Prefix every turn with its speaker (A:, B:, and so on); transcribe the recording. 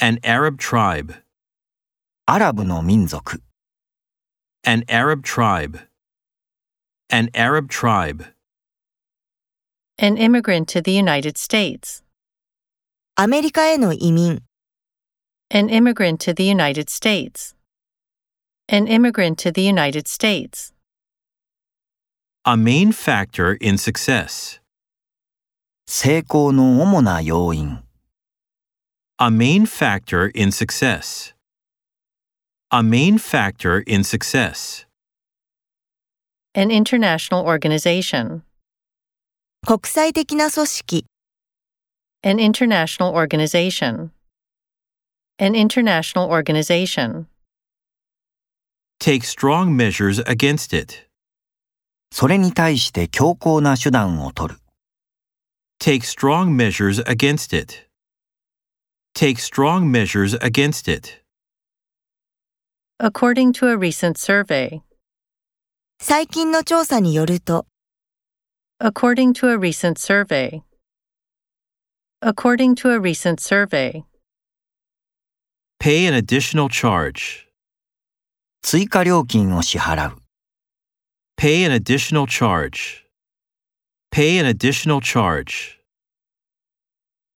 A: An Arab tribe.
B: アラブの民族、
A: An Arab tribe. An Arab tribe.
C: An immigrant to the United States.
D: アメリカへの移民、
C: An immigrant to the United States. An immigrant to the United States.
A: A main factor in success.
B: 成功の主な要因、
A: A main factor in success. A main factor in success.
C: An international organization.
D: 国際的な組織、
C: An international organization. An international organization.
A: Take strong measures against it.
B: それに対して強硬な手段を取る、
A: Take strong measures against it. Take strong measures against it.
C: According to a recent survey.
D: 最近の調査によると、
C: According to a recent survey. According to a recent survey.
A: Pay an additional charge.
B: 追加料金を支払う、
A: Pay an additional charge. Pay an additional charge.